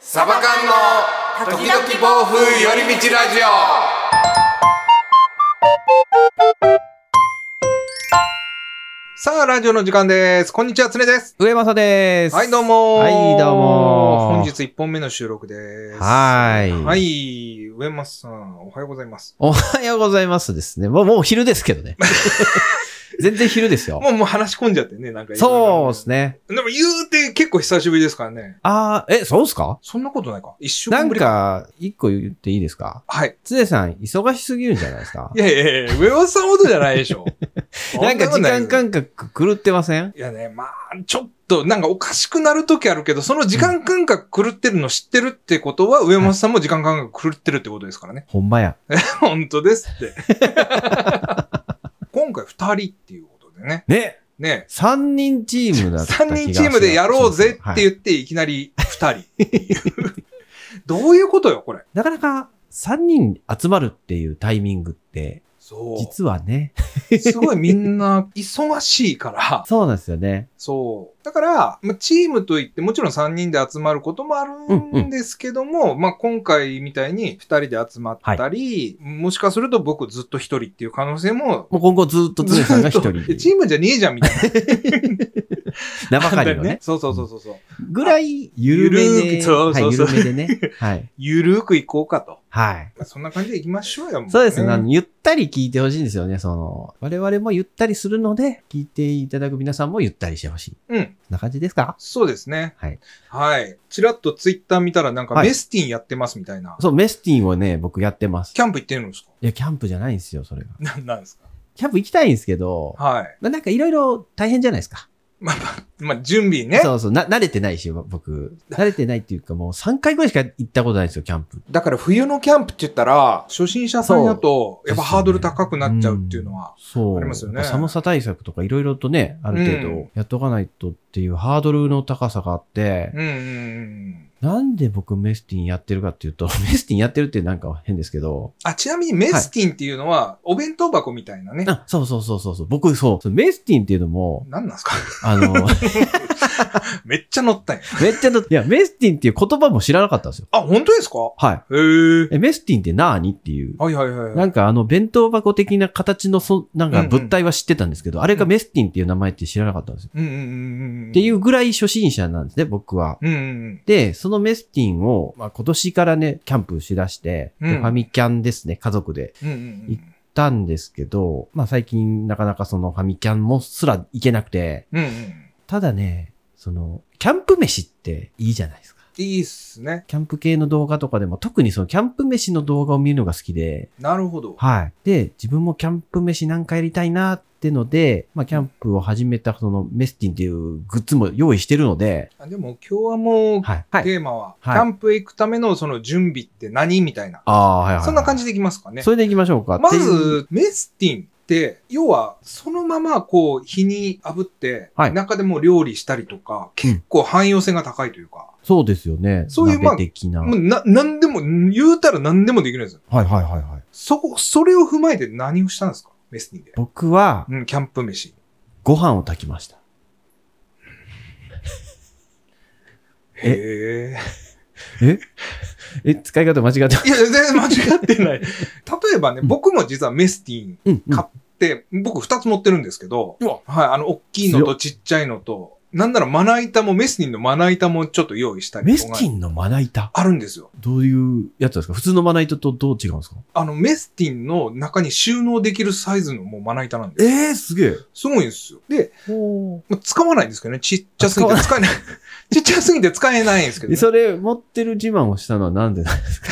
サバ缶の時々暴風寄り道ラジオさあ、ラジオの時間です。こんにちは、つねです。上正です。はい、どうもーはいどうもー本日1本目の収録です。はーいはい、上松さん、おはようございます。おはようございますですね。もう、もう昼ですけ どね。全然昼ですよも。う、もう話し込んじゃってね、なんか。そうですね。ね。でも言うて結構久しぶりですからね。あー、え、そうですかそんなことないか。一週な間んぶりか。か、一個言っていいですかはい。つねさん、忙しすぎるんじゃないですか。いやいやいや、上松さんほどじゃないでしょ なんか時間か感覚狂ってませんいやね、まあ、ちょっと、なんかおかしくなるときあるけど、その時間感覚狂ってるの知ってるってことは、上松さんも時間感覚狂ってるってことですからね。ほんまや。 本当ですって。今回二人っていうことでね。ねね。三人チームだった気が三人チームでやろうぜって言う。って、いきなり二人。 どういうことよ、これ。なかなか、三人集まるっていうタイミングって、そう。実はね。すごいみんな忙しいから。そうなんですよね。そう。だから、まあ、チームといって、もちろん3人で集まることもあるんですけども、まあ、今回みたいに2人で集まったり、もしかすると僕ずっと1人っていう可能性も、もう今後ずっとつねさんが一 人ずっとえチームじゃねえじゃんみたいな。生 かりのね。そうそうそうそうそう。ぐらい、緩め緩くで、そうはいそうそう緩めでね。 はい。ゆるーくいこうかと。はい。まあ、そんな感じでいきましょうよ。もそうですね。あねのゆったり聞いてほしいんですよね。その、我々もゆったりするので、聞いていただく皆さんもゆったりしてほしい。こうん。んな感じですかそうですね。はい。はい。ちらっとツイッター見たらなんかはいメスティンやってますみたいな。そう、メスティンをね、僕やってます。キャンプ行ってるんですかいや、キャンプじゃないんですよ、それが。な、なんですかキャンプ行きたいんですけど、はい。まあなんかいろいろ大変じゃないですか。まあ、まあ、まあ、準備ね。そうそう、な、慣れてないし、僕。慣れてないっていうか、もう3回ぐらいしか行ったことないんですよ、キャンプ。だから冬のキャンプって言ったら、初心者さんやと、やっぱハードル高くなっちゃうっていうのは。そう。ありますよねやっぱ寒さ対策とかいろいろとね、ある程うん度やっとかないとっていうハードルの高さがあって、うんうんうん。なんで僕メスティンやってるかっていうと、メ スティンやってるってなんか変ですけど、あ、ちなみにメスティンっていうのは、お弁当箱みたいなね。あ、そうそうそうそうそう、僕そう、そうメスティンっていうのも、何なんすか あの、めっちゃ乗ったんや。めっちゃの、いや、メスティンっていう言葉も知らなかったんですよ。あ、本当ですかはい。へえ。え、メスティンって何っていう。はいはいはいは。ないんかあの弁当箱的な形のそ、なんか物体は知ってたんですけど、あれがメスティンっていう名前って知らなかったんですよ。うんうんうんうん。ってい。うぐらい初心者なんですね、僕は。うんうんで、そのメスティンを、まあ、今年からね、キャンプしだして、でうんファミキャンですね、家族でうん。うんうんうん行ったんですけど、まあ最近なかなかそのファミキャンもすら行けなくて、うんうん。ただね、その、キャンプ飯っていいじゃないですか。いいっすね。キャンプ系の動画とかでも、特にそのキャンプ飯の動画を見るのが好きで、なるほど。はい。で、自分もキャンプ飯なんかやりたいなってので、まあキャンプを始めたそのメスティンっていうグッズも用意してるので、あでも今日はもう、はい。はい。テーマは、キはいャンプへ行くためのその準備って何みたいな。ああ、はいはいはい。そんな感じじでいきますかね。それで行きましょうか。まっていう、ず、メスティンって、要は、そのまま、こう、火に炙って、はい中でも料理したりとか、結構汎用性が高いというか、そうですよね。そういうまあ鍋的な。もうな、なんでも、言うたら何でもできるんですよ。はいはいはいはい。そこ、それを踏まえて何をしたんですかメスティンで。僕は、うん、キャンプ飯。ご飯を炊きました。えへえ。え、使い方間違っていや、全然間違って ない。例えばね、うん僕も実はメスティンうん、買って、僕二つ持ってるんですけど、うわはい、あの、大きいのとちっちゃいのと、なんならまな板も、メスティンのまな板もちょっと用意したりとか。メスティンのまな板あるんですよ。どういうやつなんですか普通のまな板とどう違うんですかあの、メスティンの中に収納できるサイズのもうまな板なんで。ええすげえ。すごいんですよ。で、ほまあ使わないんですけどね。ちっちゃすぎてあ使えない。 ちっちゃすぎて使えないんですけど、ね。それ、持ってる自慢をしたのはなんでなんですかい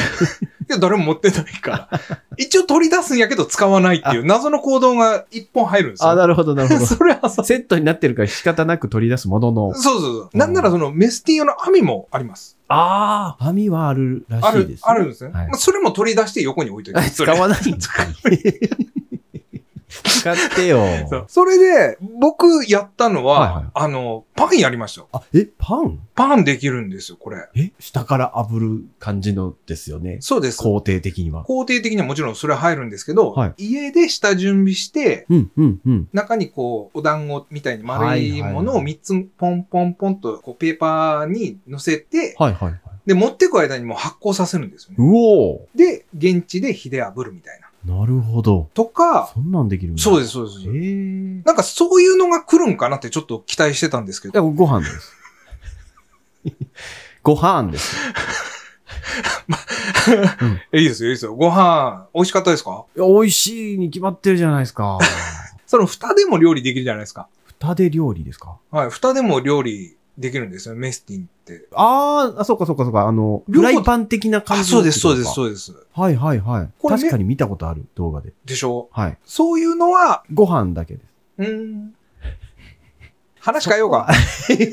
や、誰も持ってない から。一応取り出すんやけど使わないっていう謎の行動が一本入るんですよ。あ、なるほど、なる ほそれはさ、ど。 セットになってるから仕方なく取り出すもののそう。そうそう。なんならそのメスティン用の網もあります。ああ。網はあるらあしいる、です、あるんですね。はいまあ、それも取り出して横に置いといてあ。 使わないんそかい。使ってよ。れそうそれで、僕やったのは、はいはいあの、パンやりましたよ。あ、え、パンパンできるんですよ、これ。え、下から炙る感じのですよね。そうです。工程的には。工程的にはもちろんそれは入るんですけど、は家で下準備して、うん、うん、うん。中にこう、お団子みたいに丸いものをはいはいはい3つポンポンポンと、こう、ペーパーに乗せて、はい、はい、はい。で、持ってく間にもう発酵させるんですよね。うおで、現地で火で炙るみたいな。ーなるほど。とか、そんなんできるんだ。。そうですす、そうです。ええ。なんかそういうのが来るんかなってちょっと期待してたんですけいや、ど、ご飯です。 ご飯です。えいいですよ、いいですよ。ご飯、美味しかったですかいや、美味しいに決まってるじゃないです か。その蓋でも料理できるじゃないですか。蓋で料理ですかはい、蓋でも料理できるんですよ、メスティンって。あーあ、そうかそうかそうか、あの、両フ方ライパン的な感あ、じそうです、そうです、うそうです。はいはいはい。これね確かに見たことある動画で。でしょはい。そういうのは、ご飯だけです。うーん。話変えようか。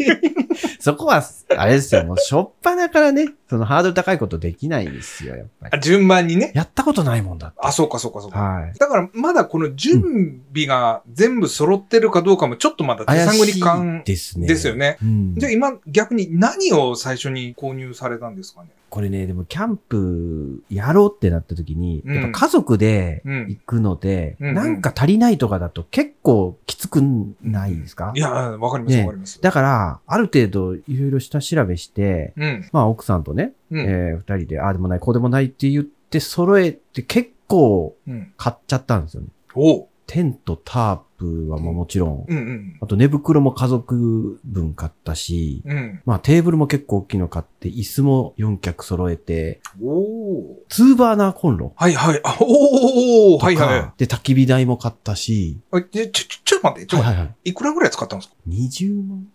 そこは、あれですよ、もう、しょっぱなからね、そのハードル高いことできないんですよ、やっぱり。あ順番にね。やったことないもんだって。あ、そうか、そうか、そうか。はい。だから、まだこの準備が全部揃ってるかどうかも、ちょっとまだ手怪探しりい感ですね。ですよね。うん。じゃあ今、逆に何を最初に購入されたんですかねこれね、でもキャンプやろうってなった時に、うんやっぱ家族でうん行くので、うんうんなんか足りないとかだと結構きつくないですか、いや、わかります、ねわかります。だから、ある程度いろいろ下調べして、うん。まあ奥さんとね、うん。えー二人で、ああでもない、こうでもないって言って揃えて結構うん。買っちゃったんですよね。おう。テント、タープはもうもちろん、うんうん。あと寝袋も家族分買ったし、うん。まあテーブルも結構大きいの買って、椅子も4脚揃えて、おう。ツーバーナーコンロはいはい。あ、おおとか、はいはで、焚き火台も買ったし、い。あでちょ、ちょ、ちょっと待って、ちょっと待って。はいはいいくらぐらい使ったんですか20万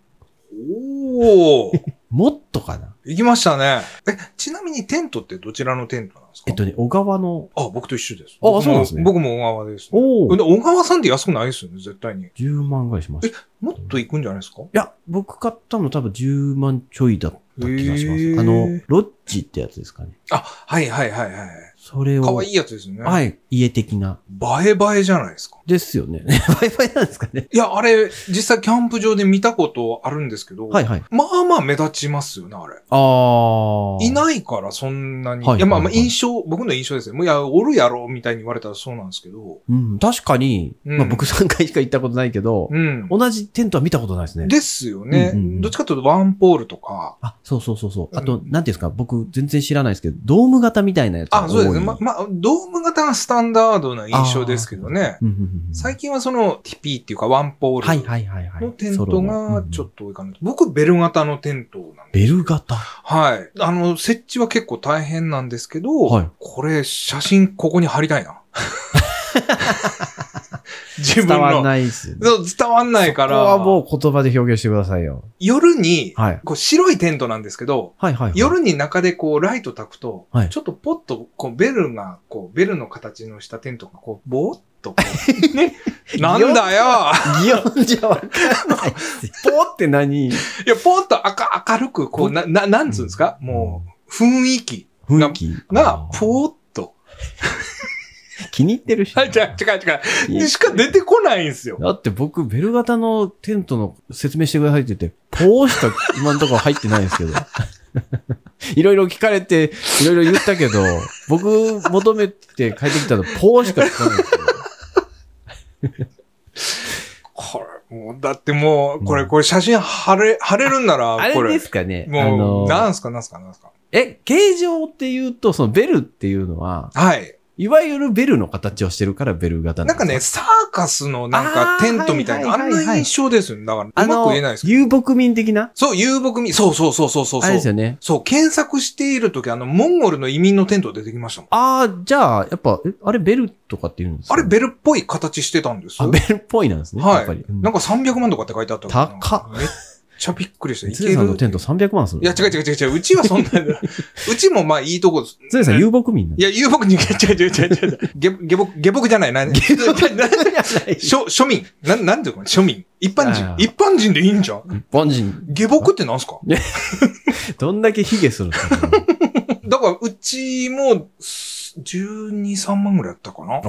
おおもっとかな行きましたね。え、ちなみにテントってどちらのテントなんですかえっとね、小川の、あ、僕と一緒です。あ僕もそうなんですね僕も小川です、ね。おで小川さんって安くないですよね、絶対に。 10万ぐらいしました。いもっと行くんじゃないですかや、僕買ったの多分10万ちょいだった気がしまへす。ーあの、ロッジってやつですかね。あ、はいはいはいはい。それを、可愛いやつですよね。い。はい、家的な。映え映えじゃないですか。ですよね。 バイバイなんですかね。いや、あれ、実際キャンプ場で見たことあるんですけど、はいはい。まあまあ目立ちますよね、あれ。あー。いないからそんなに。はいいや、まあまはあいはい印象、僕の印象ですね。もういや、おるやろ、みたいに言われたらそうなんですけど。うん、確かに、うんまあ僕3回しか行ったことないけど、うん。同じテントは見たことないですね。ですよね。うんうんうんどっちかというとワンポールとか。あ、そうそうそうそう。あと、うんなんていうんですか、僕全然知らないですけど、ドーム型みたいなやつが多い。あ、そうですね。ま、まあ、ドーム型がスタンダードな印象ですけどね。うんうんうんうん最近はその TP っていうかワンポーはいルはいはいはい。のテントがちょと。っと多いかな。僕、ベル型のテントなんで。ベル型。はい。あの、設置は結構大変なんですけど、はいこれ、写真ここに貼りたい な。自伝分わのん。ないですよね。そう伝わんないから、ここはもう言葉で表現してくださいよ。夜に、はい。こう白いテントなんですけど、はいはいはい。夜に中でこうライト焚くと、はいちょっとポッとこうベルが、こうベルの形のしたテントがこうぼーっとこ うね、なんだよ擬音じゃわかんない ですよ。ポーって何いや、ぽーっと赤明るく、こう、な、な、なんつうんですか、うんもう、雰囲気雰囲気があ、ーぽーっと。気に入ってるし。はい、違う違う違う。しか出てこないんですよ。だって僕、ベル型のテントの説明してくださいって言って、ポーしか今のところ入ってないんですけど。 いろいろ聞かれて、いろいろ言ったけど、僕求めて帰ってきたのポーしか聞かないんですよ。これ、もう、だってもう、こうれ、んこれ写真貼れ、貼れるんなら、あこれれ。ですかね。あものう、なんすか、なんすか、なんすか。え、形状っていうと、そのベルっていうのは、はい。いわゆるベルの形をしてるからベル型なんかね、ですサーカスのなんかあーテントみたいな、はあいはいんはいはない印象ですよね。だから、あうまく言えないのです、けど。遊牧民的なそう、遊牧民、そうそうそうそうそうあそれですう。よね。そう、検索しているとき、あの、モンゴルの移民のテント出てきましたもん。ああ、じゃあ、やっぱ、えあれベルとかって言うんですかあれ、ベルっぽい形してたんですあよベルっぽいなんですね。はいやっぱり。うんなんか300万とかって書いてあったから高めっちゃびっくりした。いつけれさんのるテント300万するいや、違う違う違う違う。うちはそんな、 うちもまあいいとこです。つれさん遊牧民なんいや、遊牧に、違う違う違う違う。下下僕、下僕じゃない、な、下僕なやない一庶庶民。な、なんていうの庶民。一般人あ。ー一般人でいいんじゃん般人、下僕ってなんすかどんだけ卑 下するんですかだから、うちも、12、3万ぐらいやったかなあなん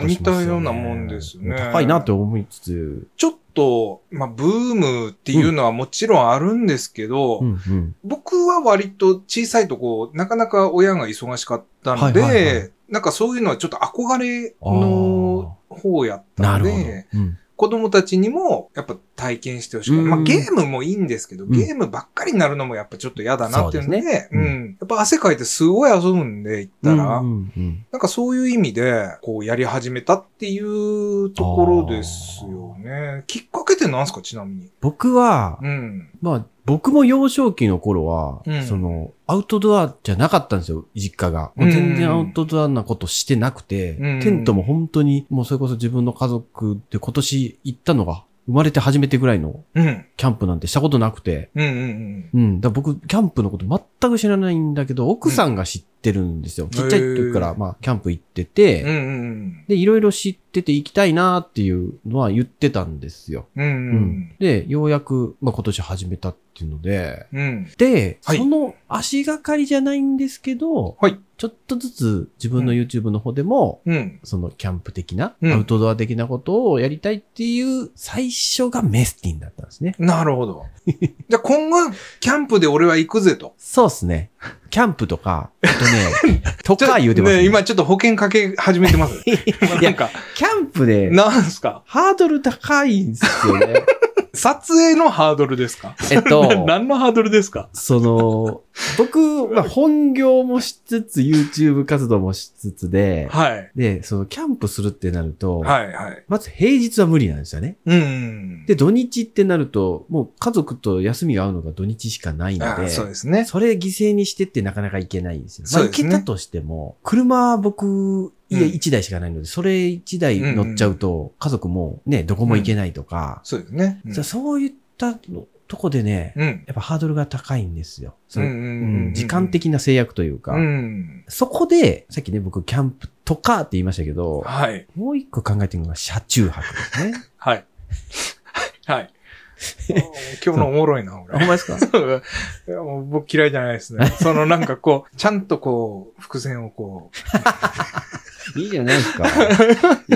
か似たようなもんですよね高いなって思いつつ、ちょっと、まあ、ブームっていうのはもちろんあるんですけど、うんうん。僕は割と小さいとこ、なかなか親が忙しかったので、はいはいはなんかそういうのはちょっと憧れの方やったなのるほど。で、子供たちにもやっぱ体験してほしくない。まあ、うんゲームもいいんですけど、んゲームばっかりになるのもやっぱちょっと嫌だなっていうので、う、そうですねうんんやっぱ汗かいてすごい遊ぶんで、行ったら、うんうんうんなんかそういう意味で、こうやり始めたっていうところですよね。きっかけってなんすか、ちなみに。僕は、うん。まあ、僕も幼少期の頃は、うんその、アウトドアじゃなかったんですよ、実家が。もう全然アウトドアなことしてなくて、うんテントも本当に、もうそれこそ自分の家族で今年行ったのが、生まれて初めてぐらいのうん。うんキャンプなんてしたことなくて、うんうん。うん、だから僕、キャンプのこと全く知らないんだけど、奥さんが知ってるんですよ。ちっちゃい時かへら、ーまあ、キャンプ行ってて、うんうんで、いろいろ知ってて行きたいなーっていうのは言ってたんですよ。うん。うんうん。で、ようやく、まあ、今年始めたっていうので、うん。で、はいその足がかりじゃないんですけど、はいちょっとずつ自分の YouTube の方でも、うん。そのキャンプ的な、うんアウトドア的なことをやりたいっていう最初がメスティンだったんですね。なるほ ど。じゃあ今後、キャンプで俺は行くぜと。そうですね。キャンプとか、あとね、と ちょっとか言うてます、ね。今ちょっと保険かけ始めてます。 いなんや、か、キャンプで、なんすかハードル高いんです よね。撮影のハードルですかえっ と、何のハードルですか その、僕、まあ、本業もしつつ、YouTube 活動もしつつで、はい。で、その、キャンプするってなると、はいはい。まず平日は無理なんですよね。うん。で、土日ってなると、もう家族と休みが合うのが土日しかないのあで、そうですね。それ犠牲にしてってなかなか行けないんですよ。そうまあ、です行ねけたとしても、車僕、家うん1台しかないので、それ1台乗っちゃうと、家族もね、どこも行けないとか、そうですね。うんそそういったのとこでね、うん。やっぱハードルが高いんですよ。そのうんうん時間的な制約というか、うん。そこで、さっきね、僕、キャンプとかって言いましたけど、はい。もう一個考えてるのが車中泊ですね。はい。 はい。今日のおもろいな、あほん俺。まですかいやもう僕嫌いじゃないです ね。そのなんかこう、ちゃんとこう、伏線をこ いいじゃないです か。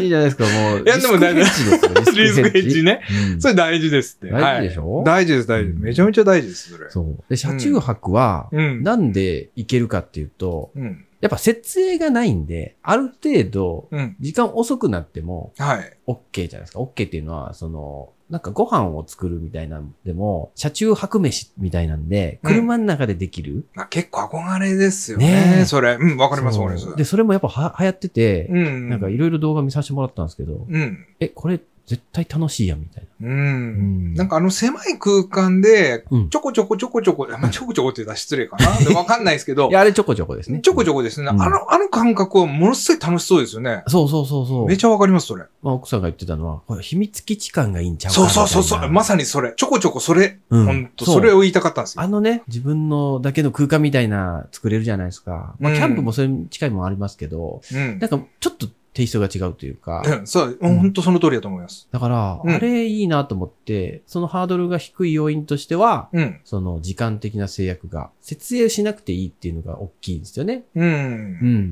いいじゃないですか、もう。いやでもリスクヘッジう、でリすスよ。クヘッジね。ね。うんそれ大事ですって。大事でしはょい大事です、大事です。めちゃめちゃ大事です、それ。そう。で、車中泊は、うん。なんで行けるかっていうと、うん。やっぱ設営がないんで、ある程度、うん。時間遅くなっても、はい。 OK じゃないですか。OK っていうのは、その、なんかご飯を作るみたいなんでも、車中泊飯みたいなんで、うん車の中でできる。まあ、結構憧れですよねね。えそれ。うん、わわかります、わかります。で、それもやっぱは流行ってて、うん。なんかいろいろ動画見させてもらったんですけど、うん。え、これ絶対楽しいやんみたいな。う。うんんなんかあの狭い空間で、うんちょこちょこちょこちょこ、まあ、ちょこちょこって言ったら失礼か な。でわかんないですけどい、や、あれちょこちょこですね。ちょこちょょこですね。あうんの、あの感覚はものすごい楽しそうですよね。こ。そうそうそうそう。めちゃわかります、それ。まあ、奥さんが言ってたのは、これ秘密基地感がいいんちゃうかそうそうそうみそたう。いなまさにそれ。ちょこちょこそれ。うんほんと、そうそれを言いたかったんですよあ。のね、自分のだけの空間みたいな作れるじゃないですか。まうあ、んキャンプもそれに近いもんありますけど、うんなんかちょっとテイストが違うというか、うん。そう、ん本当その通りだと思います。だから、うんあれいいなと思って、そのハードルが低い要因としては、うん。その時間的な制約が、設営しなくていいっていうのが大きいんですよね。う。うん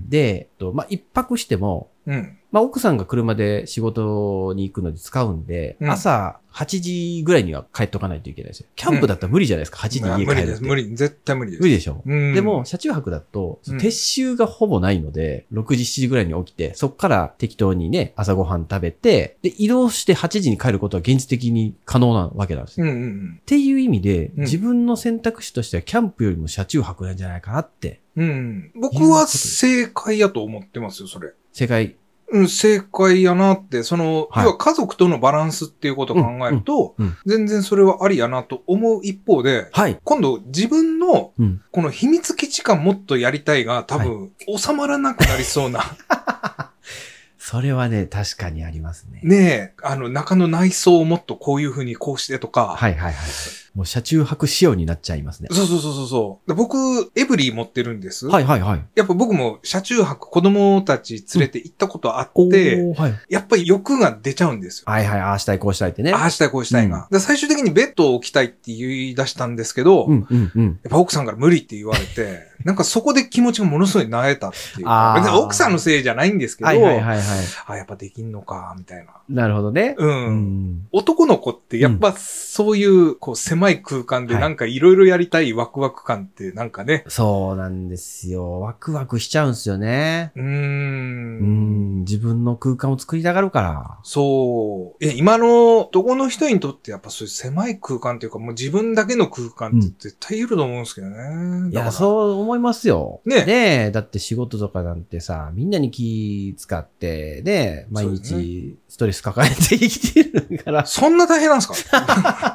ん。で、えっとまあ、一泊しても、うん。まあ、奥さんが車で仕事に行くので使うんで、うん朝8時ぐらいには帰っとかないといけないですよ。キャンプだったら無理じゃないですか、8時まあに家無帰理るでっす。て。無理。絶対無理です。無理でしょ。うん。でも、、車中泊だと、うん撤収がほぼないので、6時、7時ぐらいに起きて、そっから適当にね、朝ごはん食べて、で、移動して8時に帰ることは現実的に可能なわけなんですうよ。んうんうん。っていう意味で、うん自分の選択肢としてはキャンプよりも車中泊なんじゃないかなって、うん。僕は正解やと思ってますよ、それ。世界、うん、正解やなって、その、はい要は家族とのバランスっていうことを考えると、うんうん全然それはありやなと思う一方で、はい。今度自分のうんこの秘密基地感もっとやりたいが多分収まらなくなりそうな、 それはね、確かにありますね。ねえ、あの中の内装をもっとこういうふうにこうしてとか、はいはいはい。もう車中泊仕様になっちゃいますね。そうそうそうそうそう。で僕、エブリー持ってるんです。はいはいはい。やっぱ僕も車中泊子供たち連れて行ったことあっおて、ーはい。やっぱり欲が出ちゃうんですよ。はいはい、ああしたいこうしたいってね。ああしたいこうしたいが。で最終的にベッドを置きたいって言い出したんですけど、うんうんうん。 やっぱ奥さんから無理って言われて、なんかそこで気持ちがものすごい萎えたっていうあか。ー別に奥さんのせいじゃないんですけど、はいはいはいはい。あ、やっぱできんのか、みたいな。なるほどね。うん。うん。男の子ってやっぱそういうこう狭い空間ではいなんかいろいろやりたいワクワク感ってなんかね。そうなんですよ。ワクワクしちゃうんですよね。うー。うんん。自分の空間を作りたがるから。そう。いや、今の男の人にとってやっぱそういう狭い空間っていうかもう自分だけの空間って絶対いると思うんですけどね。いだかや、らそう思いますよ。ねねえ。だって仕事とかなんてさ、みんなに気使って、ね毎そうで日ストレス抱えて生きてるから。そんな大変なんです か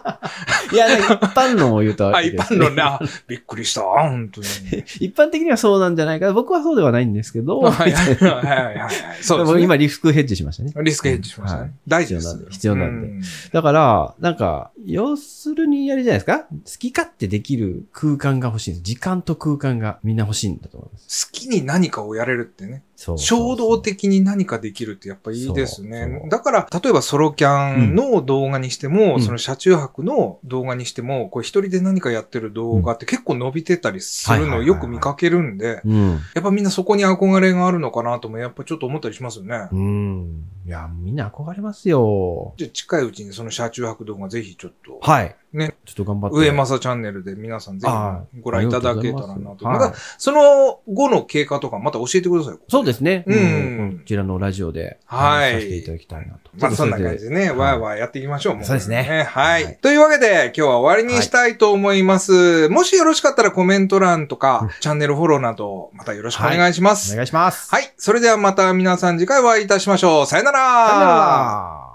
いや、一般論を言うとあ、いい一です般論ね。 あ、びっくりした。あ本当に。 一般的にはそうなんじゃないかな。僕はそうではないんですけど。 はいはいはいはい。 そうでですもね。今リスクヘッジしましたね。リスクヘッジしましたね。はい大事です。必要なんでうだから、なんか、要するにあれじゃないですか好き勝手できる空間が欲しいんです。時間と空間がみんな欲しいんだと思います。好きに何かをやれるってね。そう衝動的に何かできるってやっぱいいですそうねそ。うだから、例えばソロキャンの動画にしても、うんその車中泊の動画にしても、こう一人で何かやってる動画って結構伸びてたりするのをよく見かけるんで、うん。やっぱみんなそこに憧れがあるのかなとも、やっぱちょっと思ったりしますよねう。ん。いや、みんな憧れますよ。じゃあ近いうちにその車中泊動画ぜひちょっと、はい。ね。ちょっと頑張って。上正チャンネルで皆さんぜはひご覧いただけたらなと。まはいた、その後の経過とかまた教えてください。そうですね。うんこちらのラジオで、はいあのさせていただきたいなと。まあそんな感じでね、いわーわーやっていきましょう。もそうですねはい。はいというわけで、今日は終わりにしたいと思います。もしよろしかったらコメント欄とか、チャンネルフォローなど、またよろしくお願いします。おはい。願いします。い。それではまた皆さん次回お会いいたしましょう。さよならさよなら。